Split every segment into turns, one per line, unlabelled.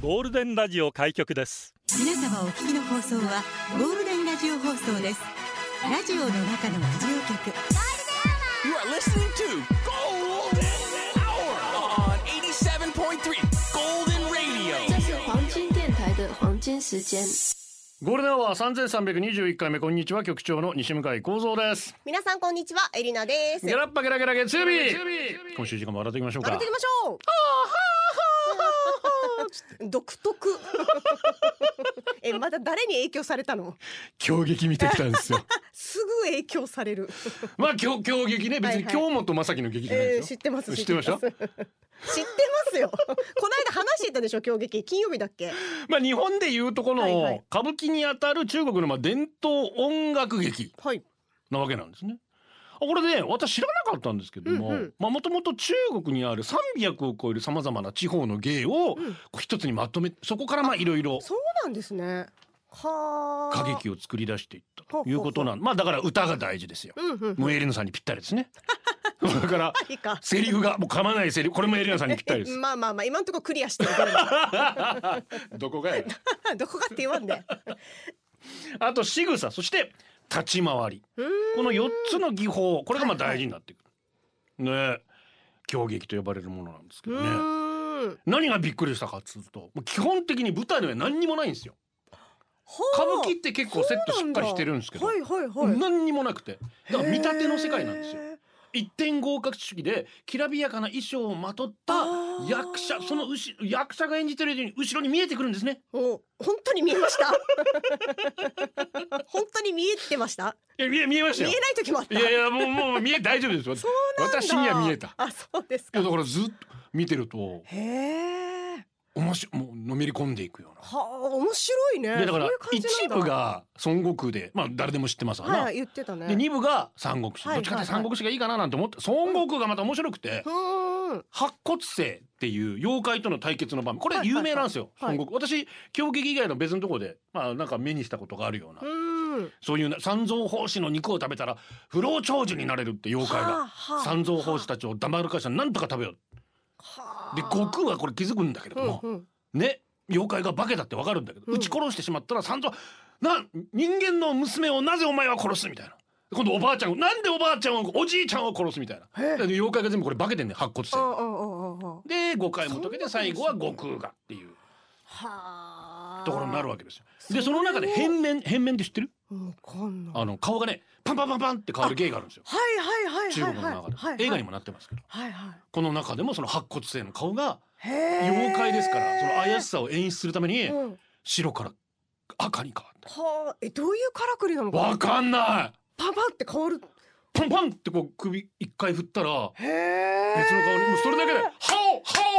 ゴールデンラジオ開局です
皆様お聞きの放送はゴールデンラジオ放送ですラジオの中のラジオ局
You are listening to Golden Hour on 87.3 Golden Radio.
这是黄金电台的黄金时间。
ゴールデンは三千三百二十一回目こんにちは局長の西向井光三です。
皆さんこんにちはエリナです
ゲラッパゲラゲラ月曜日。今週時間も笑っていきましょう
笑
か
ってい。きましょう独特えまた誰に影響されたの
強撃見てきたんですよ。
すぐ影響される
まあ強強撃ね別に
はいは
京本正樹の劇じゃない
え
で
ー
す
知っ
よ。
てます
知ってました
知ってます知ってますよこの間話してたでしょ狂撃金曜日だっけ
まあ日本でいうとこ
はいは
の
い
歌舞伎にあたる中国のまあ伝統音楽劇
はい
なわけなんですね。あこれね私知らなかったんですけども、
うんうん
まあもともと中国にある300を超えるさまざまな地方の芸を
うん
こう一つにまとめそこからまあいろいろ
そうなんですねはあ
歌劇を作り出していったということなんまあだから歌が大事ですよ。
うんうん
もうエリナさんにぴったりですね。 だから
いいか
セリフがもう噛まないセリフこれもエリナさんにぴったりです。
まあまあまあ今のところクリアしてるけど
どこがや。
どこかって言わんで、
あと仕草そして立ち回り
うーん
この4つの技法これがまあ大事になってくる。ね狂劇と呼ばれるものなんですけ
う
どね。
ーん
何がびっくりしたかっつうともう基本的に舞台の上何にもないんですよ。
ほう
歌舞伎って結構セットしっかりしてるんですけど
はいはいはい
何にもなくてだから見立ての世界なんですよ。
へー
一点合格主義できらびやかな衣装をまとった
あー
役者そのうし役者が演じてるように後ろに見えてくるんですね
お本当に見えました 本当に見えてました
いや見え見えました
見え
よ
ない時もあった
いやいやもうもう見え大丈夫 ですよ
なんだ
私には見えたい
あそうですか
やだからずっと見てると
へえ
おもしもうのめり込んでいくような
はあ面白いね
でだから
そういう感じ
一
なん
部
だ
が孫悟空でまあ誰でも知ってますわな、
はい言ってたね
で二部が三国志、
はい
どっちかって
は
三
いはい
国志がいいかななんて思って孫悟空がまた面白くて
うーん
白骨星っていう妖怪との対決の場面これ有名なんですよ、
はいはいはい
孫悟空私狂劇以外の別のとこでまあなんか目にしたことがあるような、
うーん
そういうな三蔵法師の肉を食べたら不老長寿になれるって妖怪
はあ
が
はあ
三蔵法師たちを黙るかしたらなんとか食べよ
は
う
あ
で悟空はこれ気づくんだけれども、
うんうん
ね妖怪が化けだってわかるんだけど、
うん
撃ち殺してしまったら三蔵な人間の娘をなぜお前は殺すみたいな今度おばあちゃんをなんでおばあちゃんをおじいちゃんを殺すみたいな
へえ
で妖怪が全部これ化けてんね白骨
あああああ
星
あああ
で誤解も解けて最後は悟空がっていう
はあ
ところになるわけですよで
そ
そ
れ
の中で変面変面って知ってる
うんわかんない
あの顔がねパンパンパンパンって変わる芸があるんですよ
はいはいはい
中
はい
国の
はい
中で、
はいはい
映画にもなってますけど
はいはい
この中でもその白骨性の顔が
へえ
妖怪ですからその怪しさを演出するために
うん
白から赤に変わっ
はあえどういうからくりなの
た
かな
わかんない
パパって変わる
パンパンってこう首一回振ったら
へえ
別の顔にもうそれだけで「ハオハ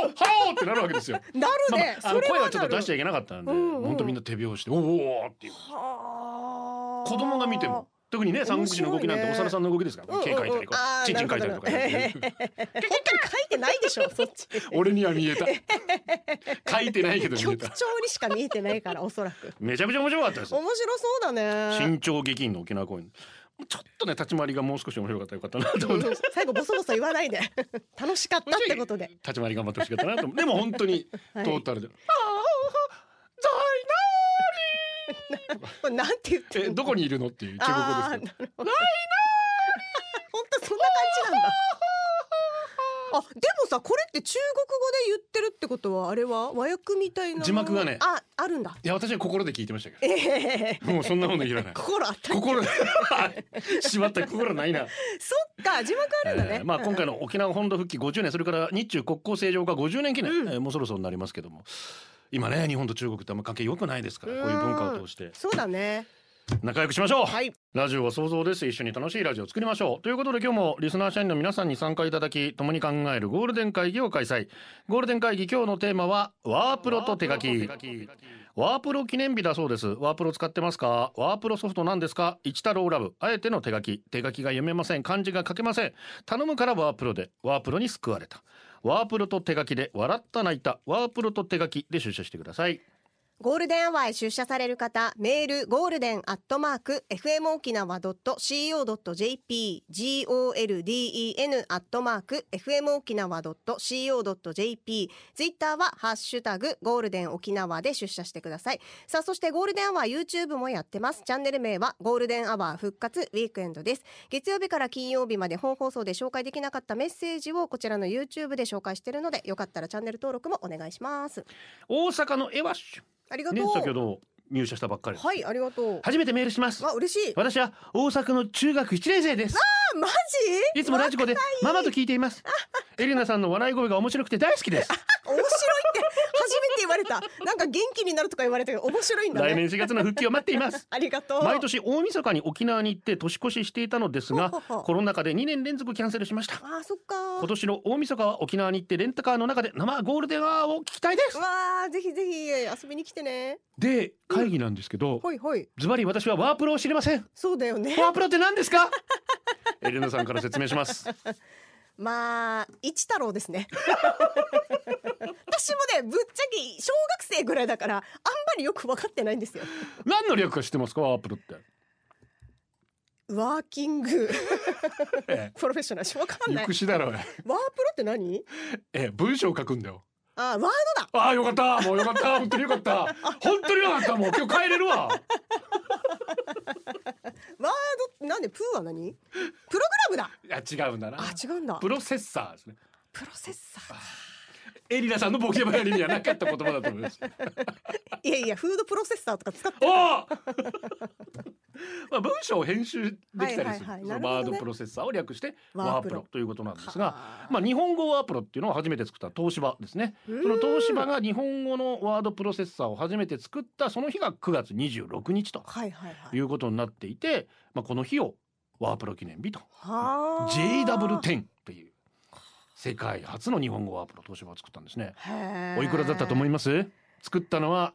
オハオ!」ってなるわけですよ。
なる
まあま
ね、
あ、あ
そ
の
れは
声
な
は
る
ちょっと出しちゃいけなかったんで、
うんうん
本当みんな手拍子して「おお!」っていう
はあ
子供が見ても特にね三国志の動きなんてお
面白いね
猿さんの動きですから、
うんうんうん
毛描いたりこ
あ
う
ー
チンチン描いたりとか
なるほど
やってる
本当に書いてないでしょそっち
俺には見 えた描いてないけど見え
局
た
長にしか見えてないからおそ らく
めちゃくちゃ面白かったです
面白そうだね
新潮劇院の沖縄公演ちょっとね立ち回りがもう少し面白かったらよかったなと思って
最後ボソボソ言わないで 楽しかったってことで
立ち回り頑張ってほしかったなと思うでも本当に
はい
トータルで「
こ れなんて言って
え
んの
どこにいるの?」っていう中国語です
あ
けど
ーなるほど 本当そんな感じなんだあでもさこれって中国語で言ってるってことはあれは和訳みたいな
字幕がね
ああるんだ
いや私は心で聞いてましたけ
ええ
どもうそんなものいらない
心あった
心 しまった心ないな、
そっか字幕あるんだね、
えーまあ今回の沖縄本土復帰50年それから日中国交正常化50年記念、えーもうそろそろになりますけども今ね日本と中国ってあんま関係良くないですからこういう文化を通して
そうだね
仲良くしましょう、
はい
ラジオは想像です一緒に楽しいラジオを作りましょうということで今日もリスナー社員の皆さんに参加いただき共に考えるゴールデン会議を開催ゴールデン会議今日のテーマはワープロと手書きワープロ記念日だそうですワープロ使ってますかワープロソフトなんですか一太郎ラブあえての手書き手書きが読めません漢字が書けません頼むからワープロでワープロに救われたワープロと手書きで笑った泣いたワープロと手書きで出社してください
ゴールデンアワーへ出社される方、メールゴールデンアットマーク fm 沖縄ドット co ドット jp、g o l d e n アットマーク fm 沖縄ドット co ドット jp、ツイッターはハッシュタグゴールデン沖縄で出社してください。さあそしてゴールデンアワー YouTube もやってます。チャンネル名はゴールデンアワー復活ウィークエンドです。月曜日から金曜日まで本放送で紹介できなかったメッセージをこちらの YouTube で紹介しているので、よかったらチャンネル登録もお願いします。
大阪のエワッシ
ありが
ュ
と
ね
う。
先ほど入社したばっかりです
はい、ありがとう。
初めてメールします
わ、嬉しい。
私は大阪の中学1年生です
あマジ？
いつもラジコでママと聞いていますエリナさんの笑い声が面白くて大好きです
面白いって初めて言われた。なんか元気になるとか言われたけど面白いんだ
来
ね。
年4月の復帰を待ってい ます
ありがとう。
毎年大晦日に沖縄に行って年越ししていたのですが
ほうほうほう
コロナ禍で2年連続キャンセルしました
あー、そっ
今
か。
年の大晦日は沖縄に行ってレンタカーの中で生ゴールデンアワーを聞きたいです
わあ、ぜひぜひ遊びに来てね。
で会議なんですけど
ほいほい。
ズバリ私はワープロを知りません
そうだよね。
ワープロって何です かエレナさんから説明します
まあ一太郎ですね私もねぶっちゃけ小学生ぐらいだからあんまりよく分かってないんですよ
何の略か知ってますかワープロって
ワーキング
え
プロフェッショナルしわかんないワープ
しだろう
ロって何
ええ文章を書くんだよ
あワードだ
ああよかったもうよかった本当によかった本当によかったもう今日帰れるわ
ワードなんでプーは何プログラムだ
いや違うんだな
あ違うんだ
プロセッサーですね
プロセッサー
エリナさんのボキャブラリーにはなかった言葉だと思います
いやいやフードプロセッサーとか使って
おおまあ文章を編集できたりする、
はいはいはい
その
なるほどね
ワードプロセッサーを略してワ
ワー
ー
プ
プ
ロ
ロということなんです
は
が
あ、
まあ、日本語ワープロっていうのを初めて作った東芝ですね
うーん
その東芝が日本語のワードプロセッサーを初めて作ったその日が9月26日と
はいはいはい
いうことになっていて、まあ、この日をワープロ記念日と
はあ
JW10 という世界初の日本語ワープロ東芝を作ったんですね。
へー
おいくらだったと思います作ったのは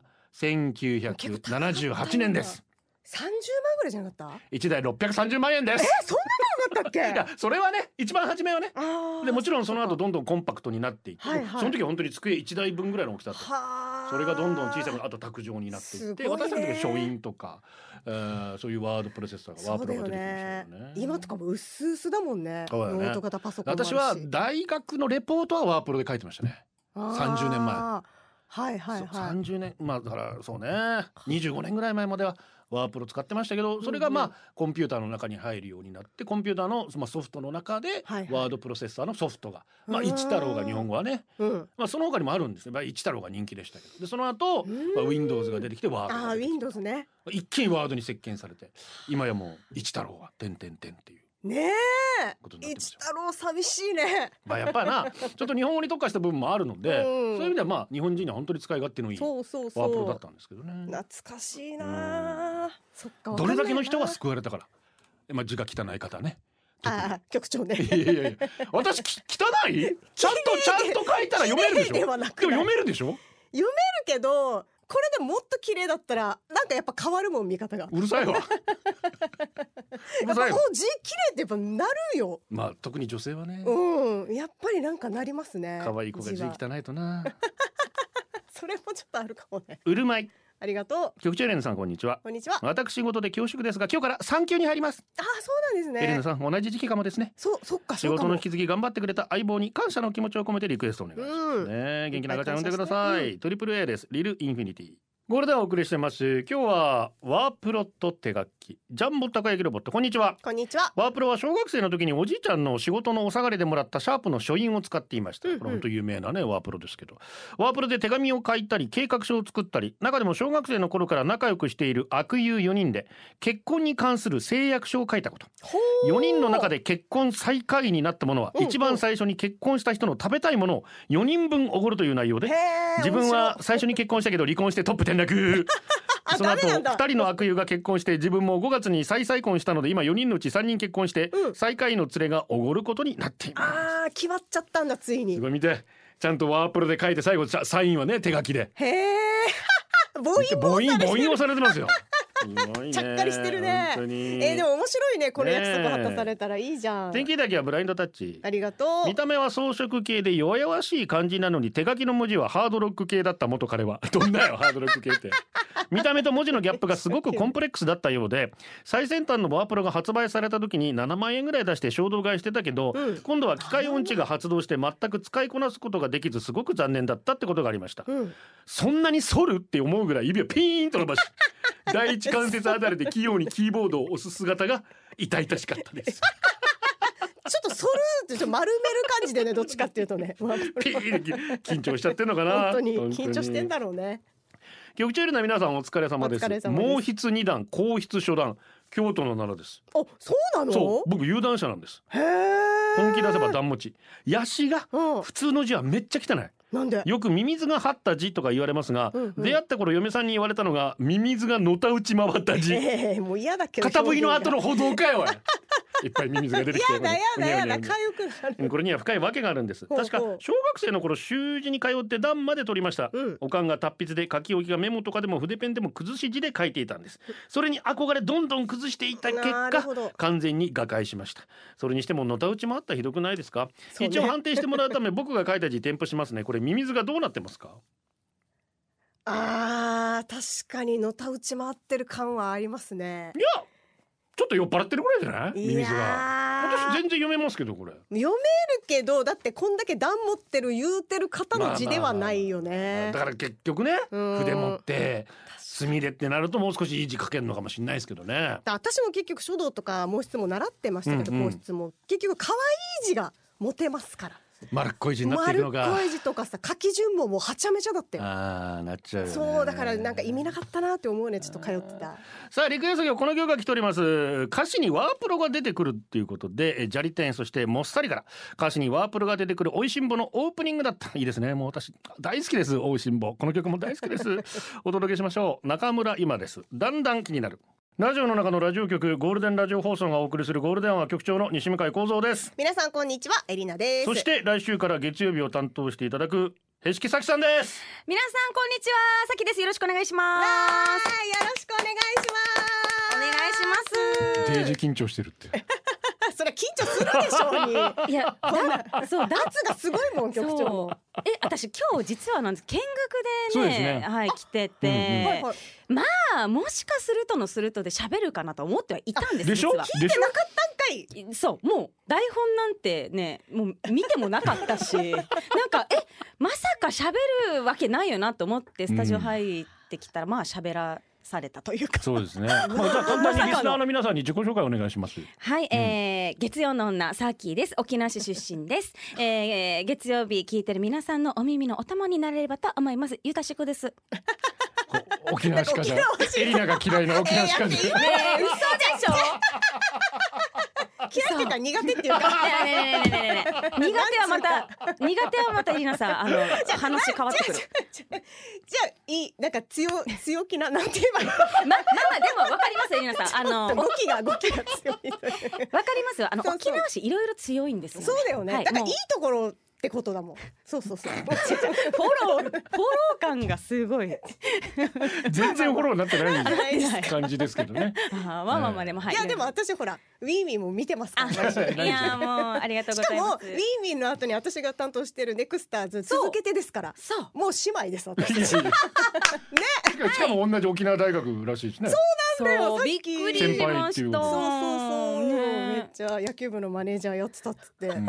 1978年です。
30万ぐらいじゃなかった
1台630万円です。
えそんなのなかったっけ
いやそれはね一番初めはね
あー
でもちろんその後どんどんコンパクトになっていって、
はいはい
その時は本当に机1台分ぐらいの大きさだった
はあ
それがどんどん小さくなあと卓上になっていって
すごいね
私たちの時は書院とか、えーそういうワードプロセッサーが
そ
ワー
う
プ
だ
ロが出
よ
てきました
ね
よね。
今とかもうすうすだもんね。
そうだよね
ノート型パソコンもある
私
し。
は大学のレポートはワープロで書いてましたね。30年前
あー。はいはい
そう
はい。
30年まあだからそうね25年ぐらい前まではワープロ使ってましたけどそれがまあ、
うん
コンピューターの中に入るようになってコンピューターの、まあ、ソフトの中で、
はいはい
ワードプロセッサーのソフトが、まあ、
うわー
一太郎が日本語はね、
うん。
まあ、その他にもあるんですね、まあ、一太郎が人気でしたけどでその後、まあ、Windows が出てきてワード
あ
が
あ
出てきて
Windows ね。
一気にワードに席巻されて今やもう一太郎は「てんてんてん」っていう。
ね
ことになって
え。
ます
一
よ
太郎寂しいね。
まあやっぱりなちょっと日本語に特化した部分もあるので、
う
そう
ん
いう意味ではまあ日本人には本当に使い勝手のいいワ
そうそうそ
ー
う。
プロだったんですけどね。
懐かしいなあ。そっか。
どれだけの人が
わか
救われたから。まあ、字が汚い方ね。
んないなああ局長ね。
いやいやいや、私き汚い。ち ゃんと、ちゃんと書いたら読めるでし
綺
ょで
麗 で
も
はなくない
読めるでしょ
読めるけど。これでもっと綺麗だったらなんかやっぱ変わるもん見方が。
うるさい わ。うる
やっぱ
さいわ。
お字綺麗ってやっぱなるよ。
まあ、特に女性はね。
うん、やっぱりなんかなりますね。
可愛い子が字
は
汚いとな。
それもちょっとあるかもね。
うるまい。
ありがとう。
局長エレナさん、こんにちは。
こんにちは。あ、
私事で恐縮ですが、今日から産休に入ります。
そうなん
エレ
で
ナ
す
さ
ね。
ん、同じ時期かもですね。
そう、そっか、
仕
そう
事
かも
の引き継ぎ頑張ってくれた相棒に感謝の気持ちを込めてリクエストお願いします。
うん。
ねえ元気な赤ちゃん産んでください。トリプル A です。リルインフィニティ。ゴールデンをお送りしてます。今日はワープロと手書き。ジャンボたこ焼きロボット、こんにちは。
こんにちは。
ワープロは小学生の時におじいちゃんの仕事のお下がりでもらったシャープの書印を使っていました。
うんうん
これ本当有名なね、ワープロですけど。ワープロで手紙を書いたり、計画書を作ったり、中でも小学生の頃から仲良くしている悪友4人で、結婚に関する誓約書を書いたこと。
ほ
4人の中
で。
で結婚最下位になったものは
うん
一番最初に結婚した人の食べたいものを4人分おごるという内容
へ
で
え。
自分は最初に結婚したけど離婚してトップ転落
あ
その後
ダメなんだ
2人の悪友が結婚して自分も5月に再再婚したので今4人のうち3人結婚して
うん
最下位の連れがおごることになってい
面白い。
ます。
ああ、決まっちゃったんだ、ついに
す。ごい見てちゃんとワープロで書いて最後さサインはね手書きで
へえ。母音も
母音母音をされてますよ。すごいね
ちゃっかりしてるね
本当に
えー、でも面白いねこれ
ね
約
え
束果たされたらいいじゃん、
天気だけはブラインドタッチ
ありがとう
見た目は装飾系で弱々しい感じなのに手書きの文字はハードロック系だった元彼は どんなよハードロック系 って見た目と文字のギャップがすごくコンプレックスだったよう で最先端のワープロが発売された時に7万円ぐらい出して衝動買いしてたけど、
うん
今度は機械音痴が発動して全く使いこなすことができずすごく残念だったってことがありました、
うん、
そんなに反るって思うぐらい指をピーンと伸ばし第一関節あたりで器用にキーボードを押す姿が痛々しかったです
ちょっと反るってちょっと丸める感 じでねどっちかっていうとねまあ
ピーン緊張しちゃってんのかな
本当に緊張してんだろうね
局長よりの皆さんお疲れ様です
お疲れ様です
毛筆二段硬筆初段京都の奈良です
あそうなの
そう僕有段者なんです
へえ
本気出せば段持ちヤシが
うん
普通の字はめっちゃ汚い
なんで
よくミミズが張った字とか言われますが、
うんうん
出会った頃嫁さんに言われたのがミミズがのたうち回った字
ええもう嫌だけど
片振りの後の
表
歩道かよおい いっぱいミミズが出てきて
現がやだやだやだ
うにゃうにゃうにゃ
かゆくな
うん
る
これには深い訳があるんです
ほうほう
確か小学生の頃習字に通って段まで取りました、
うん
おかんが達筆で書き置きがメモとかでも筆ペンでも崩し字で書いていたんですそれに憧れどんどん崩していった結
なるほど
果完全に瓦解しましたそれにしてものたうちもあったらひどくないですか、
そうね
一応判定してもらうため僕が書いた字添付しますねこれミミズがどうなってますか
あー確かにのたうち回ってる感はありますね
いやちょっと酔っ払ってるぐらいじゃないミ
い
ミ
や
ズが私
ー
全然読めますけどこれ
読めるけどだってこんだけ段持ってる言うてる方の字ではないよね、
だから結局ね
うん
筆持って墨でってなるともう少しいい字書けるのかもしれないですけどね
だ私も結局書道とか毛筆も習ってましたけど、
うんうん
毛筆も結局可愛い字が持てますから
丸っこい字になってい
丸
く
っ
の
こ
が
い字とかさ書き順ももうはちゃめちゃだったよ
ああなっちゃうよね
そうだからなんか意味なかったなって思うねちょっと通ってた
さあリクエストがこの曲が来ております歌詞にワープロが出てくるっていうことでえー砂利店そしてもっさりから歌詞にワープロが出てくるおいしんぼのオープニングだったいいですねもう私大好きですおいしんぼこの曲も大好きです お届けしましょう中村今ですだんだん気になるラジオの中のラジオ局ゴールデンラジオ放送がお送りするゴールデンは局長の西向井光三です
皆さんこんにちはエリナです
そして来週から月曜日を担当していただくへしきさきさんです
皆さんこんにちはさきですよろしくお願いしま
わー
す
よろしくお願いします
お願いします
緊張してるって
あ それ緊張するでしょうに
いやだそうだ
圧がすごいもん局長も
そうえ私今日実はなんです見
そう
学で
です
ね
ね
はい来てて、
うん
はいはい
まあもしかするとのするとで喋るかなと思ってはいたんです
でしょ
実は
でしょ
段階
そうもう台本なんてねもう見てもなかったし なんかえまさか喋るわけないよなと思ってスタジオ入ってきたら、まあ喋らされたというか
そうですね。まあ、簡単にリスナーの皆さんに自己紹介お願いします。
はい、えー、月曜の女サーキーです沖縄市出身です、えー、月曜日聞いてる皆さんのお耳のお供になれればと思いますゆたしくですね
こ沖縄しかじゃ
沖縄しか
エリナが嫌いな沖縄しかじゃ
え嘘でしょ
嫌いってか苦手っていうか
ねえねえねえねえねえ苦手はまた苦手はまたエリナさんあの話変わってくる
じゃあいいなんか強強気ななんて言えばいい の
ままあまあでもわかりますエリナさんあのわか
語気が語気が強い
りますよあの
そうそう
沖縄市いろいろ強いんですよ、ね、
そうだよね、
はい
だからい
も
いうところってことだもんそうそうそう
フォローフォロー感がすごい
全然フォローになってな
ないです
い感じですけどね。
あーまあまあまあでもはい
いやでも私ほらウィーミーも見てますから、
あ
毎週
いやもうありがとう
し
ご
か
ざい
もウ
ま
ィ
す
ーミーの後に私が担当してるネクスターズ続けてですから
そう
もう姉妹です私
いやいやしかも同じ沖縄大学らしいしね。
そう
さっ
びっ
き
くりしま
先輩っていう
した
の
そうそうそう、めっ
ね
ちゃ野球部のマネージャーやってたっつって、
うん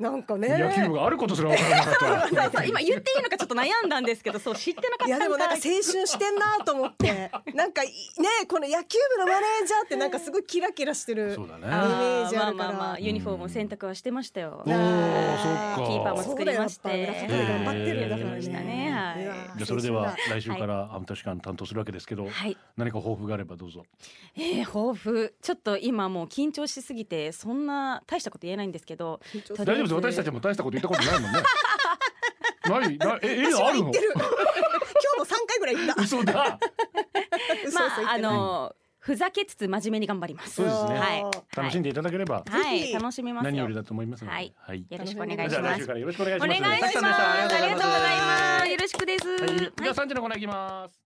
なんかね
野球部があることすらわからなかっ
そう今言っていいのかちょっと悩んだんですけどそう知ってなかった
いやでもなんか青春してんなと思 ってなんかいねこの野球部のマネージャーってなんかすごいキラキラして
た。
る
そうだね。
あ
あ
イメージあるから
まあまあまあユニフォーム選択はしてましたよ
おーそっか。
キーパーも
そ
作
うだ
り
よ
まして
やっぱ裏方頑張ってるんだか
や
ら
りま
ね
した
ねはいう
わ
じゃあそれでは
青
来週からアンタシカン担当するわけですけど、
はい
何か抱負があればどうぞ。
えー、抱負ちょっと今もう緊張しすぎてそんな大したこと言えないんですけど
張
大丈夫です。私たち
も
も大したこと言ったことないもんね。ないないえエリ
春だ
ナある
私は言
の
って？る今日も三回ぐらい 言った
嘘だ。
嘘嘘言ってる
まああのふざけつつ真面目に頑張ります
そうですね
はい
楽しんでいただければ
は
ぜひ
い楽しみます
何
よ
より
よ
だと思いますので。
はい
はい。
ろしくお願い
じゃ
し
あ
ま
来
す
週からよろしくお願い
お
します。
願いします。
たくさんでした
ありがとうございます。
あり
よろしくです。
がとうございます。はい、では三時のコーナーいきます。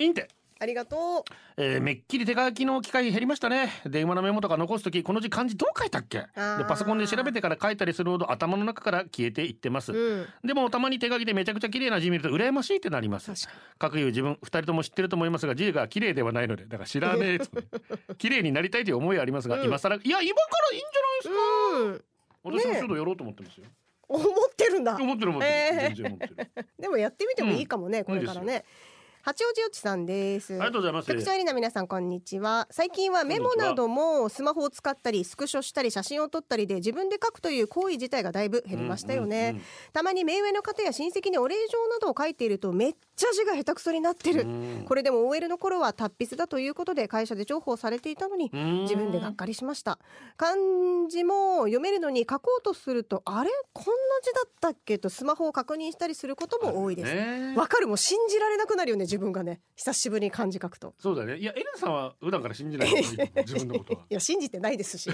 インテ
ありがと
えーめっきり手書きの機会減りましたね電話のメモとか残す時この字漢字どう書いたっけで
ー
パソコンで調べてから書いたりするほど頭の中から消えていってます、
う。うん。
でもたまに手書きでめちゃくちゃ綺麗な字見ると羨ましいってなります
確か
各有自分2人とも知ってると思いますが字が綺麗ではないのでだから知らねえと 綺麗になりたいという思いはありますが、
うん
今更いや今からいいんじ
に。
ゃ
うん。
ないですか、
ね
私も
え
書道やろうと思ってますよ
思ってるんだ。
思ってる思ってる、
えー
全然思ってる あ
でもやってみてもいいかもね、
ん
これからね。八王子よちさんです。
りがとうございます
局長エリナ皆さんこんにちは最近はメモなどもスマホを使ったりスクショしたり写真を撮ったりで自分で書くという行為自体がだいぶ減りましたよね、
うんうんうん
たまに目上の方や親戚にお礼状などを書いているとめっちゃ字が下手くそになってる、
うん
これでも OL の頃は達筆だということで会社で重宝されていたのに
うん
自分でがっかりしました漢字も読めるのに書こうとするとあれこんな字だったっけとスマホを確認したりすることも多いです
ね
わ、かるもう信じられなくなるよね自分がね久しぶりに漢字書くと
そうだねいやエレンさんは普段から信じない方がいい 自分のことは
いや信じてないで すし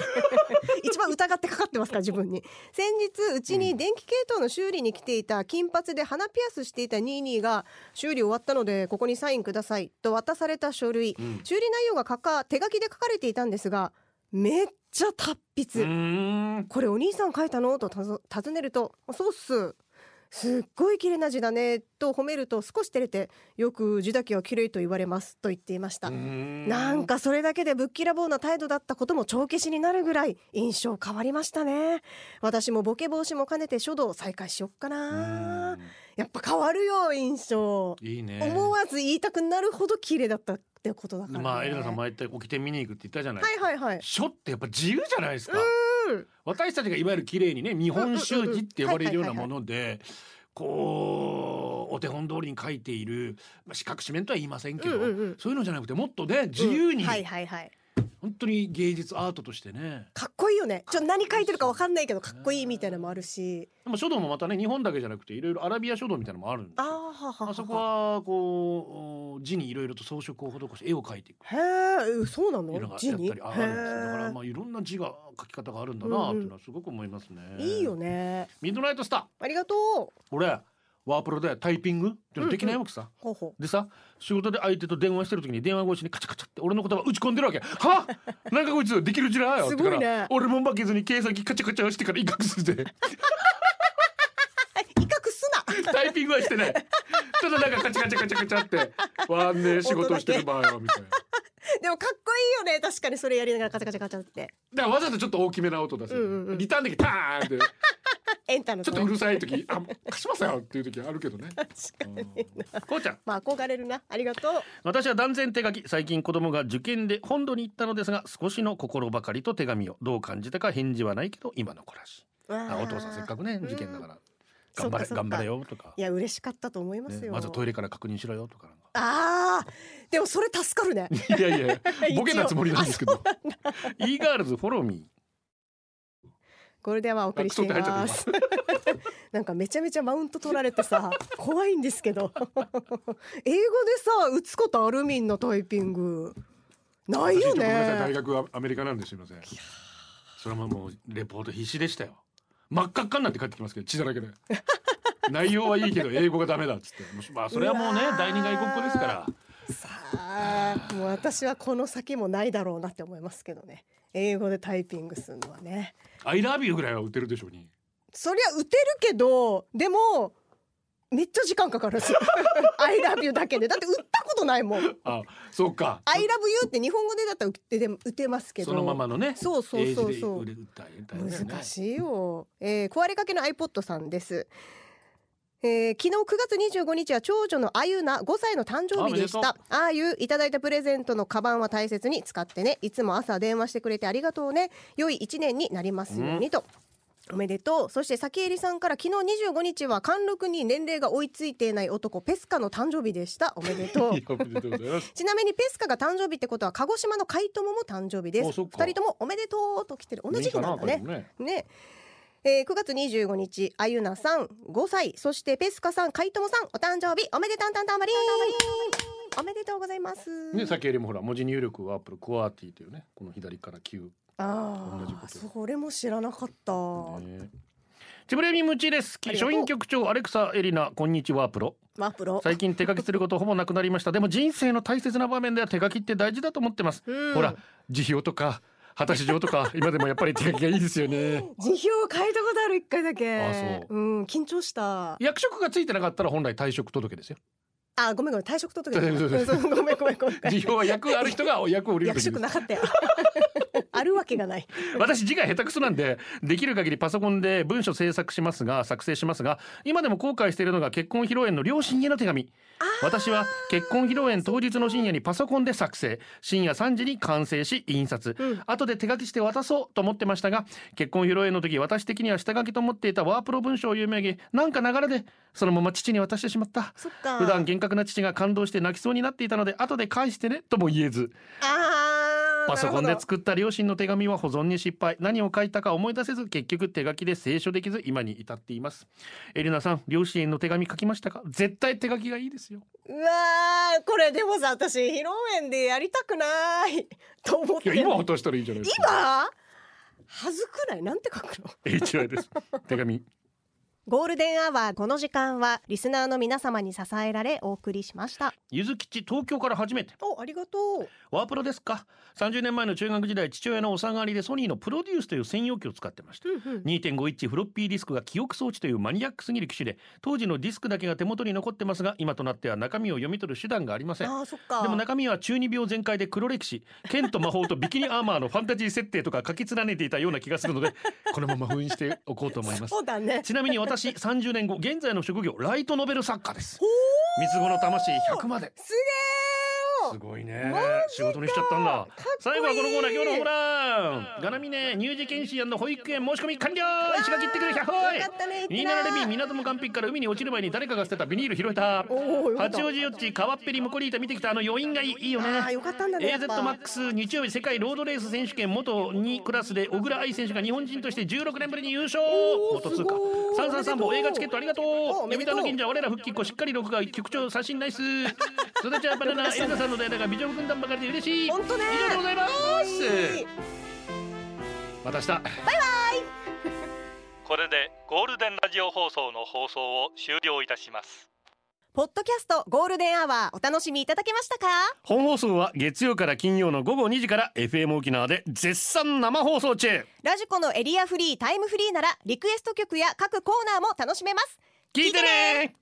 一番疑ってかかってますから自分に先日うちに電気系統の修理に来ていた金髪で鼻ピアスしていたニーニーが修理終わったのでここにサインくださいと渡された書類、
うん
修理内容が書か手書きで書かれていたんですがめっちゃ達
う
筆、
ーん
これお兄さん書いたのとたず尋ねるとそうっすすっごい綺麗な字だねと褒めると少し照れてよく字だけは綺麗と言われますと言っていました、なんかそれだけでぶっきらぼうな態度だったことも帳消しになるぐらい印象変わりましたね私もボケ防止も兼ねて書道再開しよっか
うー
なんやっぱ変わるよ印象
いいね
思わず言いたくなるほど綺麗だったってことだから、ね、
まあエレナさん
は
前言った起きて見に行くって言ったじゃない、
いはいはい
書ってやっぱ自由じゃないですか、
うん
私たちがいわゆる綺麗にね日本習字って呼ばれるようなものでこうお手本通りに書いている、まあ、四角四面とは言いませんけど、
うんうんうん
そういうのじゃなくてもっとね自由に、
うんはいはいはい
本当に芸術アートとしてね
かっこいいよねちょ何書いてるかわかんないけどかっこいいみたいなのもあるし
でも書道もまたね日本だけじゃなくていろいろアラビア書道みたいなのもあるんです
あー
よ。
ははは
あそこはこう字にいろいろと装飾を施して絵を描いていく
へえそうな
っていうの
の
が
字
やっ
に
ぱりあるんですよだから
へ
まあいろんな字が書き方があるんだなっていうのはすごく思いますね、
えいいよね
ミッドナイトスター
ありがとう
俺ワープロでタイピングっていうのできないわけさ、
ほうほう
でさ仕事で相手と電話してる時に電話越しにカチャカチャって俺の言葉打ち込んでるわけはあ なんかこいつできるじゃないよ
すごいね
ってから俺も負けずに計算機カチャカチャしてから威嚇するで
威嚇すな
タイピングはしてないただなんかカチャカチャカチャカチャってわあねえ仕事してる場合はみたいな
でもかっこいいよね確かにそれやりながらカチャカチャカチャって
だからわざとちょっと大きめな音出す、
うんうんうん
リターンできターン って
エンタの
ちょっ
ね
とうるさい時あ貸しますよっていう時あるけどね
確かに
うんこうちゃん
まあ憧れるなありがとう
私は断然手書き最近子供が受験で本土に行ったのですが少しの心ばかりと手紙をどう感じたか返事はないけど今の子らしいあお父さんせっか
く
くね
うん
受験だから頑
そっか
張れ
そっか
頑張れよとか
いや嬉しかったと思いま
ね
すよ
まずトイレから確認しろよとかなん
あーでもそれ助かるね
かいやい や
応
ボケたつもりなんですけど e ガールズフォローミ
これではお送りしてい
あ
ま
クソ
す なんかめちゃめちゃマウント取られてさ怖いんですけど英語でさ打つことあるみんなタイピング
ー
ないよ
私ちょっとごめんなさい大
ね
学はアメリカなんですいませんそれはもうレポート必死でしたよ真っ赤っかになって帰ってきますけど血だらけで内容はいいけど英語がダメだっつってもうまあそれはもうね
うわー
第二外国語ですから
さあもう私はこの先もないだろうなって思いますけどね英語でタイピングするのはね
アイラビューぐらいは打てるでしょうに
そりゃ打てるけどでもめっちゃ時間かかるんですよ 「I love you」だけでだって打ったことないもん「
あそうか
I love you」って日本語でだったら打ってでも打てますけど
そのままのね
そうそうそうそう
英字で打ったら大変だよね
難しいよ、えー壊れかけの iPod さんですえー昨日9月25日は長女のあゆな5歳の誕生日でし
おめで
たあゆいただいたプレゼントのカバンは大切に使ってねいつも朝電話してくれてありがとうね良い1年になりますようにと、おめでとうそして先えりさんから昨日25日は貫禄に年齢が追いついていない男ペスカの誕生日でしたおめ でとう
いやおめでとうございます
ちなみにペスカが誕生日ってことは鹿児島の海友も誕生日です
あそっか
二人ともおめでとうと来 てる同じ日なんだ
いい
ね
かこれもね
ねえー、9月25日あゆなさん5歳そしてペスカさん海友さんお誕生日おめでたんたんたんばりーんおめでとうございます、
ね、先よりもほら文字入力はアップルクアーティというねこの左から9、
あ
同じこ
あ
と
それも知らなかった、
ね、チブレミムチです
ありがとう
書院局長アレクサエリナこんにちはプロ
ワープロ。
最近手書きすることほぼなくなりましたでも人生の大切な場面では手書きって大事だと思ってます、
うん
ほら辞表とか果たし状と か今でもやっぱり手書きがいいですよね
辞表を変えたことある一回だけ。。
あそう
ん、緊張した。
役職がついてなかったら本来退職届 ですよ
あ、ごめんごめん、退職と 時。
そうそうそう
うん ごめんごめんごめん。
辞表は役ある人が役を降りる
役
時
職
です
なか ったよ。あるわけがない。
私字が下手くそなんでできる限りパソコンで文章制作しますが作成しますが今でも後悔しているのが結婚披露宴の両親への手紙私は結婚披露宴当日の深夜にパソコンで作成深夜3時に完成し印刷、
うん
後で手書きして渡そうと思ってましたが結婚披露宴の時私的には下書きと思っていたワープロ文章を有名げなんか流れでそのまま父に渡してしまった
そっか。
普段厳格な父が感動して泣きそうになっていたので後で返してねとも言えず
あー
パソコン
な
で
るほど
作った両親の手紙は保存に失敗何を書いたか思い出せず結局手書きで清書できず今に至っていますエリナさん両親への手紙書きましたか絶対手書きがいいですよ
うわーこれでもさ私披露宴でやりたくない と思っ
い
て
や今渡したらいいじゃないですか
今恥ずくないなんて書くの
HI です手紙
ゴールデンアワーこの時間はリスナーの皆様に支えられお送りしました
ゆずきち東京から初めて
おありがと
ワープロですか30年前の中学時代父親のお下がりでソニーのプロデュースという専用機を使ってました
う、うんうん、
2.5イッチフロッピーディスクが記憶装置というマニアックすぎる機種で当時のディスクだけが手元に残ってますが今となっては中身を読み取る手段がありません
あーそっか
でも中身は中二病全開で黒歴史剣と魔法とビキニアーマーのファンタジー設定とか書き連ねていたような気がするので このまま封印しておこうと思います
そうだね
ちなみに私30年後現在の職業ライトノベル作家です三つ子の魂100まです
げー
す
よ
ごいね
マジか
仕事にしちゃったんだ最後はこのコーナー今日のホームランガナミネ乳児研修保育園申し込み完了石垣行ってくる100
よかったね行っ
い
て
い
な
なレミ港も完璧から海に落ちる前に誰かが捨てたビニール拾えた
おーよかった
八王子よっち川っぺりムコリータ見てきたあの余韻がいいいいよね
あーよかったんだねやっぱ
AZMAX 日曜日世界ロードレース選手権元2クラスで小倉愛選手が日本人として16年ぶりに優勝
おー
元通過
すごい
三三三本映画チケットありがとう
おおめで
読谷の
とう
近所我ら復帰っ子しっかり録画局長刷新ナイスそれじゃあバ ナナエリナさんの代打が美女軍団ばかりで嬉しい
本当ね
以上でございますまた明日
これでゴールデンラジオ放送の放送を終了いたします
ポッドキャストゴールデンアワーお楽しみいただけましたか
本放送は月曜から金曜の午後2時から FM 沖縄で絶賛生放送中
ラジコのエリアフリータイムフリーならリクエスト曲や各コーナーも楽しめます
聞いてね